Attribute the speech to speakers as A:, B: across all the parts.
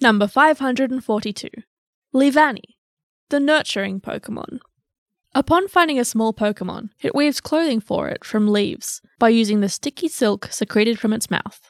A: Number 542. Levani, the nurturing Pokemon. Upon finding a small Pokemon, it weaves clothing for it from leaves by using the sticky silk secreted from its mouth.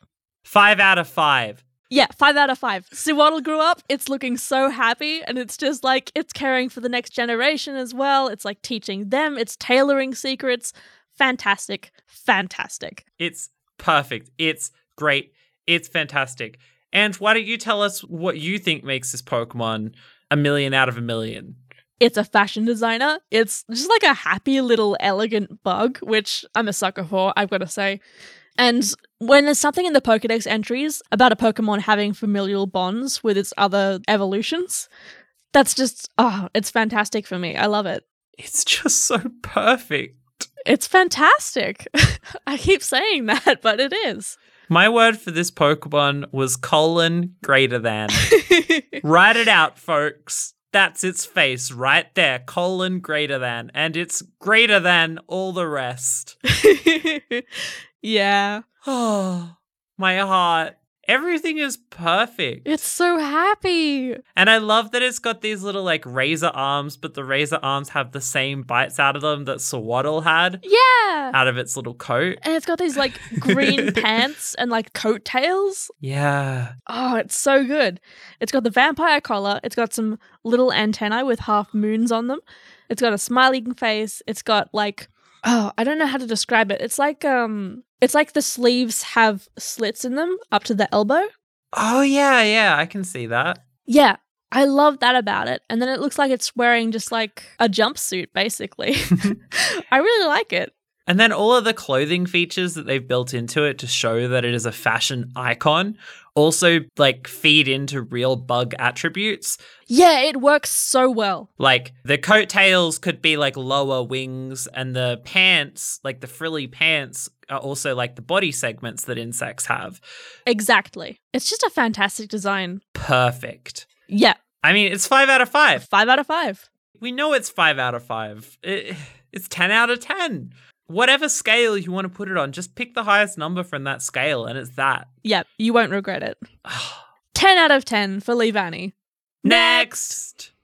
B: Five out of five.
A: Yeah, five out of five. Siwaddle grew up, it's looking so happy, and it's just like it's caring for the next generation as well. It's like teaching them, it's tailoring secrets. Fantastic, fantastic.
B: It's perfect. It's great. It's fantastic. And why don't you tell us what you think makes this Pokemon a million out of a million?
A: It's a fashion designer. It's just like a happy little elegant bug, which I'm a sucker for, I've got to say. And when there's something in the Pokedex entries about a Pokemon having familial bonds with its other evolutions, that's just, oh, it's fantastic for me. I love it.
B: It's just so perfect.
A: It's fantastic. I keep saying that, but it is.
B: My word for this Pokemon was colon greater than. Write it out, folks. That's its face right there, colon greater than. And it's greater than all the rest.
A: yeah.
B: Oh, my heart. Everything is perfect.
A: It's so happy.
B: And I love that it's got these little like razor arms, but the razor arms have the same bites out of them that Swaddle had
A: Yeah.
B: out of its little coat.
A: And it's got these like green pants and like coattails.
B: Yeah.
A: Oh, it's so good. It's got the vampire collar. It's got some little antennae with half moons on them. It's got a smiling face. It's got like oh, I don't know how to describe it. It's like um it's like the sleeves have slits in them up to the elbow.
B: Oh, yeah, yeah. I can see that.
A: Yeah. I love that about it. And then it looks like it's wearing just like a jumpsuit basically. I really like it.
B: And then all of the clothing features that they've built into it to show that it is a fashion icon also like feed into real bug attributes.
A: Yeah, it works so well.
B: Like the coattails could be like lower wings and the pants, like the frilly pants are also like the body segments that insects have.
A: Exactly. It's just a fantastic design.
B: Perfect.
A: Yeah.
B: I mean, it's 5 out of 5.
A: 5 out of 5.
B: We know it's 5 out of 5. It, it's 10 out of 10. Whatever scale you want to put it on, just pick the highest number from that scale and it's that.
A: Yeah, you won't regret it. 10 out of 10 for Levani.
B: Next.